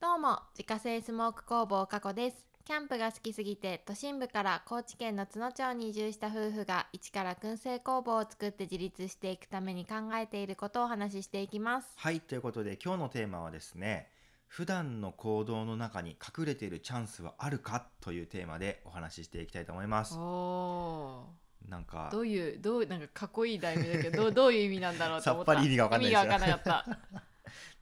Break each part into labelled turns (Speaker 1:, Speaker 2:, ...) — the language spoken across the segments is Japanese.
Speaker 1: どうも自家製スモーク工房加古ですキャンプが好きすぎて都心部から高知県の津野町に移住した夫婦が一から燻製工房を作って自立していくために考えていることをお話ししていきます
Speaker 2: はい、ということで今日のテーマはですね、普段の行動の中に隠れているチャンスはあるかというテーマでお話ししていきたいと思います。
Speaker 1: お
Speaker 2: なんか、
Speaker 1: どういうどうなんかかっこいい題名だ けどどうどういう意味なんだろうと思った
Speaker 2: さっぱり意味がわかんない
Speaker 1: 意
Speaker 2: ですよ
Speaker 1: 味がわかんなかっ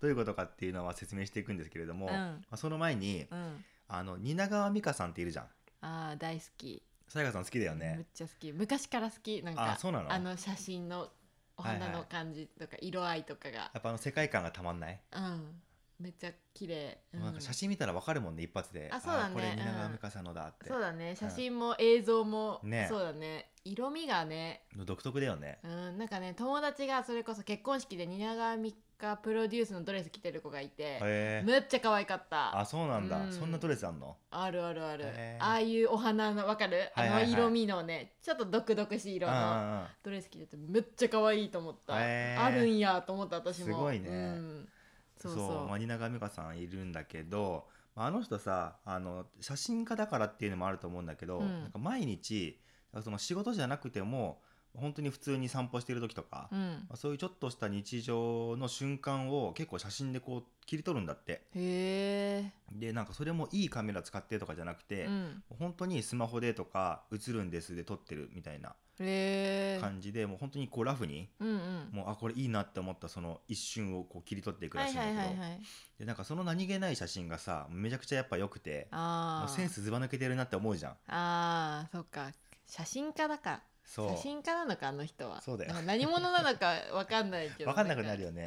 Speaker 2: どういうことかっていうのは説明していくんですけれども、
Speaker 1: う ん
Speaker 2: まあその前に、
Speaker 1: た、うん、
Speaker 2: あの、蜷川美香さんっているじゃん。
Speaker 1: あー大好き
Speaker 2: さやかさん好きだよ
Speaker 1: め
Speaker 2: ね
Speaker 1: っ。ちゃ好き昔から好きなんか
Speaker 2: あそうなの
Speaker 1: あの写真のお花の感じとか色合いとかが、
Speaker 2: やっぱあの世界観がたまんない、
Speaker 1: うんめっちゃ綺麗、うん
Speaker 2: なんか写真見たらわかるもんね、一発で。
Speaker 1: あそうだね
Speaker 2: これ
Speaker 1: うん
Speaker 2: 蜷川美香さんのだって
Speaker 1: そう。だね写真も映像も、
Speaker 2: ね
Speaker 1: そうだね色味がね、
Speaker 2: 独特だよね。
Speaker 1: うん、なんかね友達がそれこそ結婚式で蜷川美香プロデュースのドレス着てる子がいて、
Speaker 2: へえ。
Speaker 1: めっちゃ可愛かった
Speaker 2: あ、そうなんだ。
Speaker 1: うん
Speaker 2: そんなドレスあんの
Speaker 1: あるあるある、
Speaker 2: へー
Speaker 1: ああいうお花のわかる、
Speaker 2: はいはいは
Speaker 1: あの
Speaker 2: い
Speaker 1: 色味のねちょっと毒々しい色
Speaker 2: うんうんう
Speaker 1: の
Speaker 2: ん
Speaker 1: ドレス着ててめっちゃ可愛いと思った、
Speaker 2: へー
Speaker 1: あるんやと思った私も
Speaker 2: すごいね
Speaker 1: うんそ
Speaker 2: そうう
Speaker 1: そう
Speaker 2: マニナガミカさんいるんだけどまああの人さあの写真家だからっていうのもあると思うんだけど、
Speaker 1: うん
Speaker 2: なんか毎日その仕事じゃなくても本当に普通に散歩してる時とか、
Speaker 1: う
Speaker 2: ま
Speaker 1: ん
Speaker 2: あそういうちょっとした日常の瞬間を結構写真でこう切り取るんだって
Speaker 1: へ
Speaker 2: でなんかそれもいいカメラ使ってとかじゃなくて、
Speaker 1: え、うん、
Speaker 2: 本当にスマホでとか映るんですで撮ってるみたいな
Speaker 1: へえ
Speaker 2: 感じで、もう本当にこうラフに
Speaker 1: うんうん
Speaker 2: もうあこれいいなって思ったその一瞬をこう切り取っていくらしいんだけど、
Speaker 1: い、
Speaker 2: でなんかその何気ない写真がさめちゃくちゃやっぱ良くて
Speaker 1: あ
Speaker 2: も
Speaker 1: あ
Speaker 2: うセンスずば抜けてるなって思うじゃん
Speaker 1: ああそっか写真家だから
Speaker 2: そう
Speaker 1: 写真家なのかあの人は
Speaker 2: そうだよ
Speaker 1: なんか何者なのかわかんないけど
Speaker 2: わかんなくなるよね
Speaker 1: うん、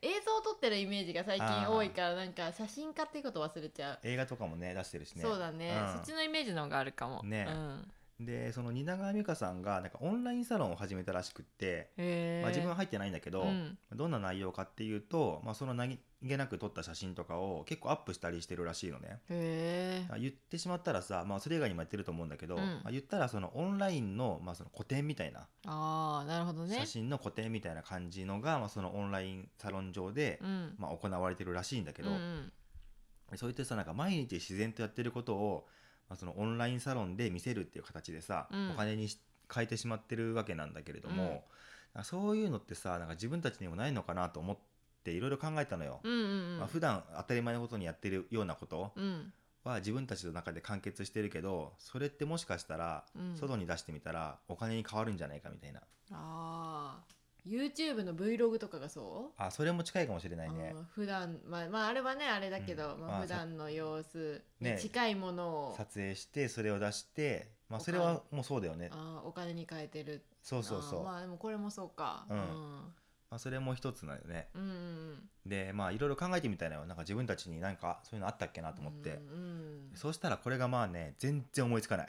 Speaker 1: 映像を撮ってるイメージが最近多いからなんか写真家っていうこと忘れちゃう、
Speaker 2: 映画とかもね出してるしね
Speaker 1: そうだね、
Speaker 2: うん
Speaker 1: そっちのイメージの方があるかも
Speaker 2: ね
Speaker 1: うん、
Speaker 2: でその蜷川美香さんがなんかオンラインサロンを始めたらしくって、
Speaker 1: へえ
Speaker 2: まあ、自分は入ってないんだけど、
Speaker 1: うん
Speaker 2: どんな内容かっていうと、まあ、その何気なく撮った写真とかを結構アップしたりしてるらしいのね
Speaker 1: へえ
Speaker 2: あ言ってしまったらさ、まあ、それ以外にもやってると思うんだけど、
Speaker 1: うん
Speaker 2: まあ言ったらそのオンラインの,、まあその個展みたいな、
Speaker 1: ああなるほどね
Speaker 2: 写真の個展みたいな感じのが、まあ、そのオンラインサロン上で、
Speaker 1: うん
Speaker 2: まあ、行われてるらしいんだけど、
Speaker 1: うんうん
Speaker 2: そういったさなんか毎日自然とやってることを、まあ、そのオンラインサロンで見せるっていう形でさ、
Speaker 1: うん
Speaker 2: お金にし変えてしまってるわけなんだけれども、なんかそういうのってさなんか自分たちにもないのかなと思っていろいろ考えたのよ。
Speaker 1: うんうんうん
Speaker 2: まあ、普段当たり前のことにやってるようなこと
Speaker 1: うん
Speaker 2: は自分たちの中で完結してるけどそれってもしかしたら
Speaker 1: うん
Speaker 2: 外に出してみたらお金に変わるんじゃないかみたいな
Speaker 1: ああ YouTube の Vlog とかがそう
Speaker 2: あそれも近いかもしれないね
Speaker 1: あー普段まあまああれはねあれだけど、
Speaker 2: うん
Speaker 1: まあ
Speaker 2: まあ
Speaker 1: 普段の様子に
Speaker 2: ね
Speaker 1: 近いものを、
Speaker 2: 撮影してそれを出して、まあ、
Speaker 1: お
Speaker 2: それはもうそうだよね
Speaker 1: あーお金に変えてる
Speaker 2: そうそうそう
Speaker 1: あーまあでもこれもそうか
Speaker 2: うんまあ、それも一つなんよね
Speaker 1: うん、うんうん
Speaker 2: でまあいろいろ考えてみたいのよなんか自分たちになんかそういうのあったっけなと思って
Speaker 1: う、んうん
Speaker 2: そうしたらこれがまあね全然思いつかない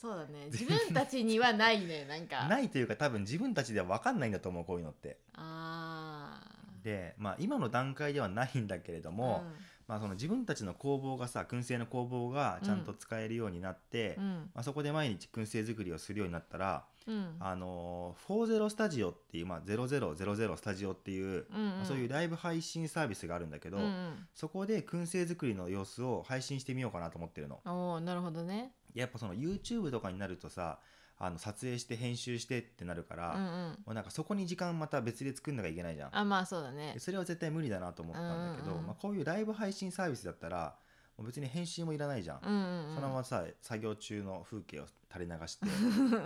Speaker 1: そうだね自分たちにはない ねなんか
Speaker 2: ないというか多分自分たちでは分かんないんだと思うこういうのって
Speaker 1: あ
Speaker 2: でまあ今の段階ではないんだけれど
Speaker 1: ー
Speaker 2: も、まあその自分たちの工房がさ燻製の工房がちゃんと使えるようになって、
Speaker 1: うんうん
Speaker 2: まあ、そこで毎日燻製作りをするようになったら、
Speaker 1: うん
Speaker 2: あのー、40スタジオっていう、まあ、0000スタジオっていう、
Speaker 1: うん
Speaker 2: ま
Speaker 1: ん
Speaker 2: あそういうライブ配信サービスがあるんだけど、
Speaker 1: うんうん
Speaker 2: そこで燻製作りの様子を配信してみようかなと思ってるの
Speaker 1: おーなるほどね
Speaker 2: やっぱその YouTube とかになるとさあの撮影して編集してってなるか
Speaker 1: う
Speaker 2: ら、
Speaker 1: んう
Speaker 2: も
Speaker 1: ん
Speaker 2: うなんかそこに時間また別で作んなきゃいけないじゃん
Speaker 1: あまあそうだね
Speaker 2: でそれは絶対無理だなと思ったんだけど、
Speaker 1: うんうんうん
Speaker 2: まあ、こういうライブ配信サービスだったらもう別に編集もいらないじゃん、
Speaker 1: うんうんうん
Speaker 2: そのままさ作業中の風景を垂れ流 して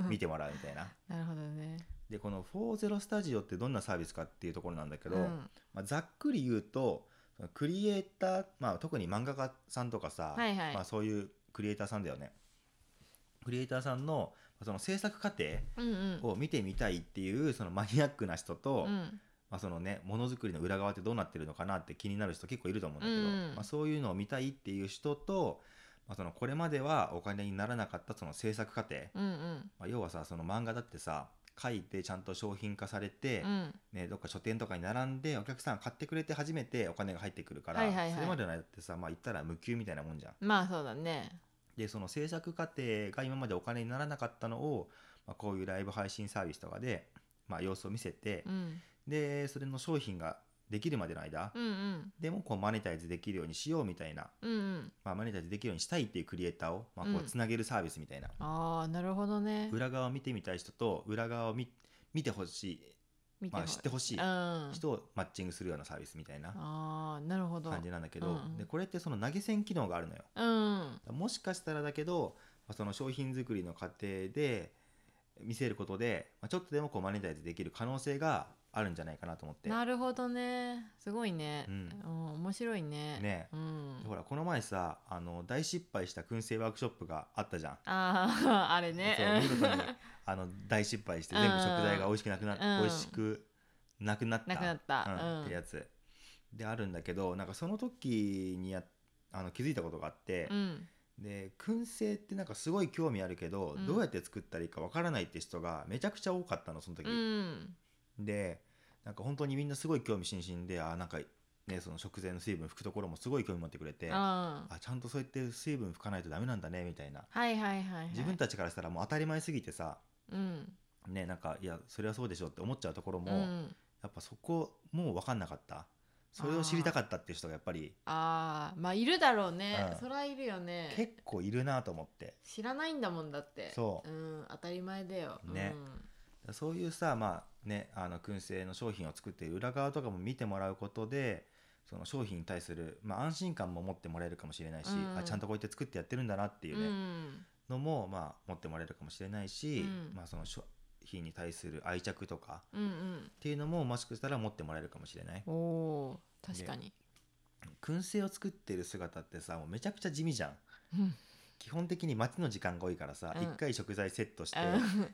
Speaker 2: 見てもらうみたいな
Speaker 1: なるほどね
Speaker 2: でこの40スタジオってどんなサービスかっていうところなんだけど、
Speaker 1: うん
Speaker 2: まあ、ざっくり言うとそのクリエイター、まあ、特に漫画家さんとかさ、
Speaker 1: はいはい
Speaker 2: まあ、そういうクリエイターさんだよねクリエイターさんのその制作過程
Speaker 1: うんうん
Speaker 2: を見てみたいっていうそのマニアックな人と、
Speaker 1: うん
Speaker 2: まあ、そのねものづくりの裏側ってどうなってるのかなって気になる人結構いると思うんだけど、
Speaker 1: うんうん
Speaker 2: まあ、そういうのを見たいっていう人と、まあ、そのこれまではお金にならなかったその制作過程、
Speaker 1: うんうん
Speaker 2: まあ、要はさその漫画だってさ書いてちゃんと商品化されて、
Speaker 1: うん
Speaker 2: ね、どっか書店とかに並んでお客さん買ってくれて初めてお金が入ってくるから、
Speaker 1: はいはいはい
Speaker 2: それまでの間ってさまあ言ったら無給みたいなもんじゃん。
Speaker 1: まあそうだね
Speaker 2: でその制作過程が今までお金にならなかったのを、まあ、こういうライブ配信サービスとかで、まあ、様子を見せて、
Speaker 1: うん
Speaker 2: でそれの商品ができるまでの間、
Speaker 1: うんうん
Speaker 2: でもこうマネタイズできるようにしようみたいな、
Speaker 1: うんうん
Speaker 2: まあ、マネタイズできるようにしたいっていうクリエイターを、まあ、こ
Speaker 1: う
Speaker 2: うんつなげるサービスみたいな、
Speaker 1: ああなるほどね
Speaker 2: 裏側を見てみたい人と裏側を見見てほし
Speaker 1: 見
Speaker 2: い、まあ、知ってほしい
Speaker 1: うん
Speaker 2: 人をマッチングするようなサービスみたいな
Speaker 1: ああなるほど
Speaker 2: 感じなんだけど、
Speaker 1: うんうん
Speaker 2: でこれってその投げ銭機能があるのよ。
Speaker 1: うん
Speaker 2: もしかしたらだけどまあその商品作りの過程で見せることでまあちょっとでもこうマネタイズできる可能性があるんじゃないかなと思って、
Speaker 1: なるほどねすごいね、
Speaker 2: うん
Speaker 1: ん面白いね
Speaker 2: ね
Speaker 1: うん、
Speaker 2: ほらこの前さあの大失敗した燻製ワークショップがあったじゃん。
Speaker 1: あああれね
Speaker 2: そう見事にあの大失敗して全部食材が美味しくなくなっ、
Speaker 1: うん
Speaker 2: 美味しくなくなった
Speaker 1: なくなった
Speaker 2: うん
Speaker 1: うん
Speaker 2: ってやつであるんだけどなんかその時にやあの気づいたことがあって、
Speaker 1: うん
Speaker 2: で燻製ってなんかすごい興味あるけど、
Speaker 1: うん
Speaker 2: どうやって作ったらいいかわからないって人がめちゃくちゃ多かったのその時、
Speaker 1: うん
Speaker 2: でなんか本当にみんなすごい興味津々であーなんかねその食前の水分拭くところもすごい興味持ってくれてあ
Speaker 1: あ
Speaker 2: ちゃんとそうやって水分拭かないとダメなんだねみたいな
Speaker 1: はいはいはい、はい、
Speaker 2: 自分たちからしたらもう当たり前すぎてさ
Speaker 1: うん
Speaker 2: ねなんかいやそれはそうでしょって思っちゃうところも、
Speaker 1: う
Speaker 2: や
Speaker 1: ん、
Speaker 2: っぱそこもう分かんなかったそれを知りたかったっていう人がやっぱり
Speaker 1: ああまあいるだろうね、
Speaker 2: うん
Speaker 1: そりゃいるよね
Speaker 2: 結構いるなと思って
Speaker 1: 知らないんだもんだって
Speaker 2: そう、
Speaker 1: ん、当たり前だよ
Speaker 2: ねそういうさまあねあの燻製の商品を作っている裏側とかも見てもらうことでその商品に対する、まあ、安心感も持ってもらえるかもしれないし、
Speaker 1: うん
Speaker 2: あちゃんとこうやって作ってやってるんだなってい
Speaker 1: うん
Speaker 2: うね、
Speaker 1: うん
Speaker 2: のも、まあ、持ってもらえるかもしれないし、
Speaker 1: うん
Speaker 2: まあ、その商品に対する愛着とか
Speaker 1: うんうん
Speaker 2: っていうのももしかしたら持ってもらえるかもしれない
Speaker 1: おお確かに、
Speaker 2: 燻製を作ってる姿ってさもうめちゃくちゃ地味じゃん
Speaker 1: うん
Speaker 2: 基本的に待ちの時間が多いからさ、
Speaker 1: うん
Speaker 2: 一回食材セットして、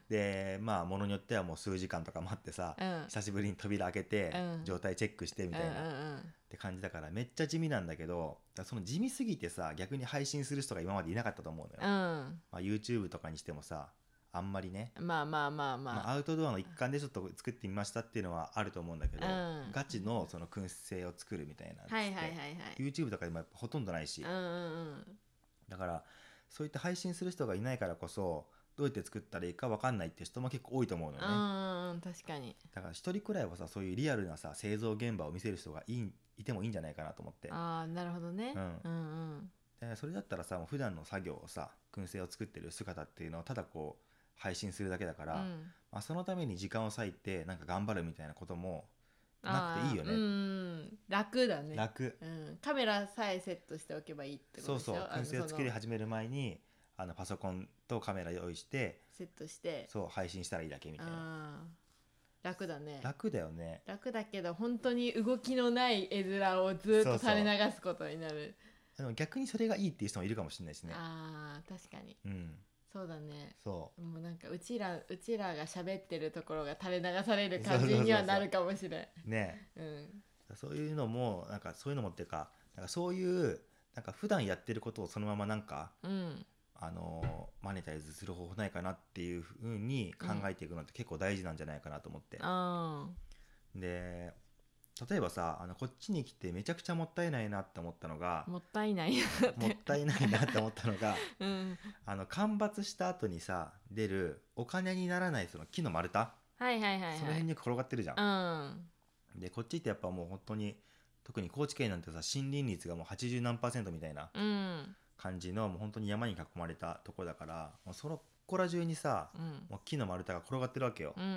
Speaker 2: でまあものによってはもう数時間とか待ってさ、
Speaker 1: うん
Speaker 2: 久しぶりに扉開けて、
Speaker 1: うん
Speaker 2: 状態チェックしてみたいな、っ
Speaker 1: うんうんうん
Speaker 2: て感じだからめっちゃ地味なんだけどだからその地味すぎてさ逆に配信する人が今までいなかったと思うのよ、
Speaker 1: うん
Speaker 2: まあ、YouTube とかにしてもさあんまりね、
Speaker 1: まあまあまあまあ、
Speaker 2: まあ、アウトドアの一環でちょっと作ってみましたっていうのはあると思うんだけど、
Speaker 1: うん
Speaker 2: ガチのその燻製を作るみたいなのって、
Speaker 1: はいはいはいはい
Speaker 2: YouTube とかでもやっぱほとんどないし、
Speaker 1: うんうんうん
Speaker 2: だからそういった配信する人がいないからこそどうやって作ったらいいか分かんないって人も結構多いと思うの
Speaker 1: う
Speaker 2: よね、
Speaker 1: んうん確かに
Speaker 2: だから一人くらいはさそういうリアルなさ製造現場を見せる人がいいいてもいいんじゃないかなと思って
Speaker 1: ああなるほどね、
Speaker 2: うん
Speaker 1: うんうん
Speaker 2: でそれだったらさもう普段の作業をさ燻製を作ってる姿っていうのをただこう配信するだけだから、
Speaker 1: うん
Speaker 2: まあ、そのために時間を割いてなんか頑張るみたいなこともなくて
Speaker 1: あ
Speaker 2: い
Speaker 1: ー
Speaker 2: いよね
Speaker 1: うんうん楽だね
Speaker 2: 楽、
Speaker 1: うん、カメラさえセットしておけばいいってこ
Speaker 2: そう
Speaker 1: とでし
Speaker 2: そ
Speaker 1: ょ
Speaker 2: う
Speaker 1: あの
Speaker 2: 燻製を作り
Speaker 1: その
Speaker 2: 始める前にあのパソコンとカメラ用意して
Speaker 1: セットして
Speaker 2: そう配信したらいいだけみたいな
Speaker 1: あー楽だね
Speaker 2: 楽だよね
Speaker 1: 楽だけど本当に動きのない絵面をずっ
Speaker 2: そ
Speaker 1: と
Speaker 2: うそう
Speaker 1: 垂れ流すことになる
Speaker 2: でも逆にそれがいいっていう人もいるかもしれないしね
Speaker 1: あー確かに
Speaker 2: うん
Speaker 1: そうだね
Speaker 2: そ
Speaker 1: もうなんかうちらうちらが喋ってるところが垂れ流される感じにはなるかもしれん
Speaker 2: うね
Speaker 1: うん
Speaker 2: そういうのもなんかそういうのもっていうかなんかそういうなんか普段やってることをそのままなんか
Speaker 1: うん
Speaker 2: あのーマネタイズする方法ないかなっていうふうに考えていくのって結構大事なんじゃないかなと思って、
Speaker 1: あ
Speaker 2: で例えばさあのこっちに来てめちゃくちゃもったいないなって思ったのが
Speaker 1: ーもったいない
Speaker 2: もったいないなって思ったのが
Speaker 1: うん
Speaker 2: あの間伐した後にさ出るお金にならないその木の丸太、
Speaker 1: はいはいはい
Speaker 2: その
Speaker 1: はい
Speaker 2: 辺によく転がってるじゃん
Speaker 1: う。ん
Speaker 2: でこっちってやっぱもう本当に特に高知県なんてさ森林率がもう80何パーセントみたいな
Speaker 1: うん
Speaker 2: 感じのもう本当に山に囲まれたとこだからもうそのこら中にさ
Speaker 1: うん
Speaker 2: もう木の丸太が転がってるわけよ
Speaker 1: うんう、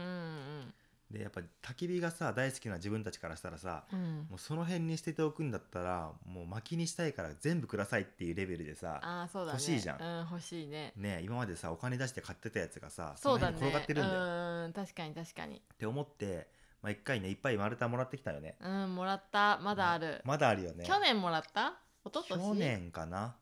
Speaker 1: ん
Speaker 2: でやっぱ焚き火がさ大好きな自分たちからしたらさ
Speaker 1: うんうん
Speaker 2: もうその辺に捨てておくんだったらもう薪にしたいから全部くださいっていうレベルでさ
Speaker 1: ああそうだね
Speaker 2: 欲しいじゃん
Speaker 1: うん欲しいね
Speaker 2: ね今までさお金出して買ってたやつがさ
Speaker 1: そう
Speaker 2: の
Speaker 1: だ
Speaker 2: 辺
Speaker 1: ね
Speaker 2: に転がってるんだよ
Speaker 1: うん確かに確かに
Speaker 2: って思って、まあ、一回ねいっぱい丸太もらってきたよね
Speaker 1: うんもらったまだある、
Speaker 2: まだあるよね
Speaker 1: 去年もらった一昨年
Speaker 2: 去年かな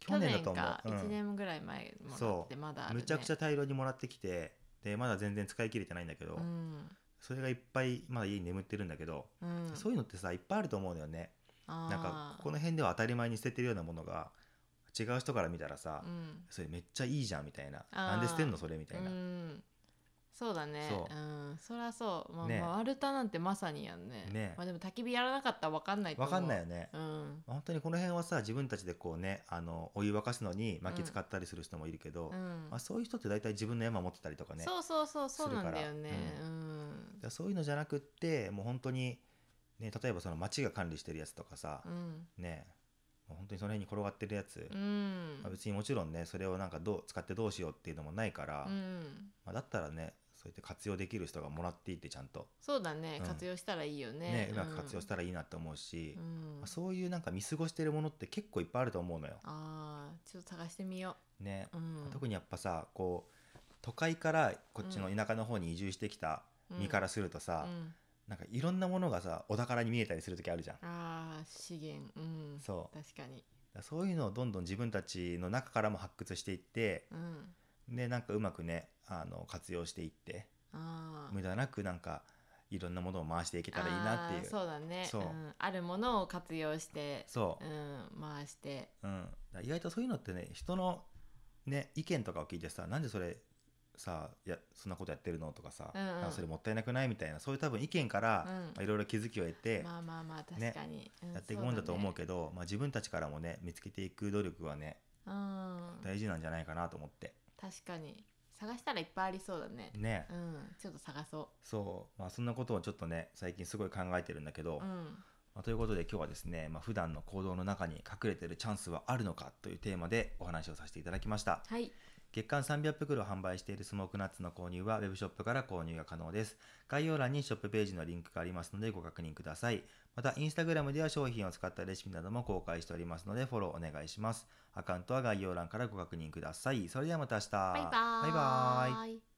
Speaker 2: 去年だと思
Speaker 1: か
Speaker 2: う、うん
Speaker 1: 1年ぐらい前もらってまだある、ね、
Speaker 2: むちゃくちゃ大量にもらってきてでまだ全然使い切れてないんだけど、
Speaker 1: うん、
Speaker 2: それがいっぱいまだ家に眠ってるんだけど、
Speaker 1: うん、
Speaker 2: そういうのってさいっぱいあると思うんだよね
Speaker 1: な
Speaker 2: なんかここの辺では当たり前に捨ててるようなものが違う人から見たらさ、
Speaker 1: うん、
Speaker 2: それめっちゃいいじゃんみたいな
Speaker 1: あー
Speaker 2: なんで捨てんのそれみたいな、
Speaker 1: うん、そうだね
Speaker 2: そう
Speaker 1: うん、そりゃそう、まあ
Speaker 2: ね
Speaker 1: まあ、アルタなんてまさにやんね
Speaker 2: ね
Speaker 1: まあ、でも焚き火やらなかったら分かんないと
Speaker 2: わ
Speaker 1: 思う
Speaker 2: かんないよね、
Speaker 1: うん
Speaker 2: 本当にこの辺はさ自分たちでこうねあのお湯沸かすのに薪使ったりする人もいるけど、
Speaker 1: うん
Speaker 2: まあ、そういう人って大体自分の山持ってたりとかね
Speaker 1: そうそうそうそうなんだよね
Speaker 2: するから
Speaker 1: うん
Speaker 2: だからそういうのじゃなくってもう本当にね、例えばその町が管理してるやつとかさ、
Speaker 1: うん
Speaker 2: ねもう本当にその辺に転がってるやつ、
Speaker 1: うん
Speaker 2: まあ、別にもちろんねそれをなんかどう使ってどうしようっていうのもないから、
Speaker 1: うん
Speaker 2: まあ、だったらねそうやって活用できる人がもらっていってちゃんと、
Speaker 1: そうだね、
Speaker 2: うん
Speaker 1: 活用したらいいよ
Speaker 2: ね
Speaker 1: ね
Speaker 2: うまく活用したら
Speaker 1: ら
Speaker 2: いいなと思うし
Speaker 1: う、ん
Speaker 2: まあ、そういうなんか見過ごしてるものって結構いっぱいあると思うのよ。
Speaker 1: あーちょっと探してみよ
Speaker 2: ね
Speaker 1: う、うん、
Speaker 2: 特にやっぱさこう都会からこっちの田舎の方に移住してきた身からするとさ、
Speaker 1: うん
Speaker 2: なんかいろんなものがさお宝に見えたりする時あるじゃん。
Speaker 1: あー資源うん
Speaker 2: そう
Speaker 1: 確かに
Speaker 2: だからそういうのをどんどん自分たちの中からも発掘していって
Speaker 1: うん
Speaker 2: でなんかうまくねあの活用していって
Speaker 1: あー
Speaker 2: 無駄なくなんかいろんなものを回していけたらいいなっていう
Speaker 1: あーそうだね、
Speaker 2: そうん
Speaker 1: あるものを活用して、
Speaker 2: そう
Speaker 1: ん、回して
Speaker 2: う、うん、だから意外とそういうのってね人の、ね、意見とかを聞いてさなんでそれさいやそんなことやってるのとかさ、
Speaker 1: うんうん
Speaker 2: なんかそれもったいなくないみたいなそういう多分意見から、
Speaker 1: うん
Speaker 2: まあいろいろ気づきを得て、
Speaker 1: まあまあまあ確
Speaker 2: ね
Speaker 1: かに、うん
Speaker 2: やっていくもんだと思う
Speaker 1: ど
Speaker 2: けど、まあ、自分たちからもね見つけていく努力はね
Speaker 1: うん、
Speaker 2: 大事なんじゃないかなと思って
Speaker 1: 確かに探したらいっぱいありそうだね
Speaker 2: ね、
Speaker 1: うんちょっと探そ
Speaker 2: そう、まあ、そんなことをちょっとね最近すごい考えてるんだけど、
Speaker 1: う、うん、
Speaker 2: まあということで今日はですね、まあ普段の行動の中に隠れてるチャンスはあるのかというテーマでお話をさせていただきました
Speaker 1: はい
Speaker 2: 月間300袋を販売しているスモークナッツの購入はウェブショップから購入が可能です概要欄にショップページのリンクがありますのでご確認くださいまたインスタグラムでは商品を使ったレシピなども公開しておりますのでフォローお願いしますアカウントは概要欄からご確認くださいそれではまた明日
Speaker 1: バイバーイ
Speaker 2: バイバーイ
Speaker 1: イ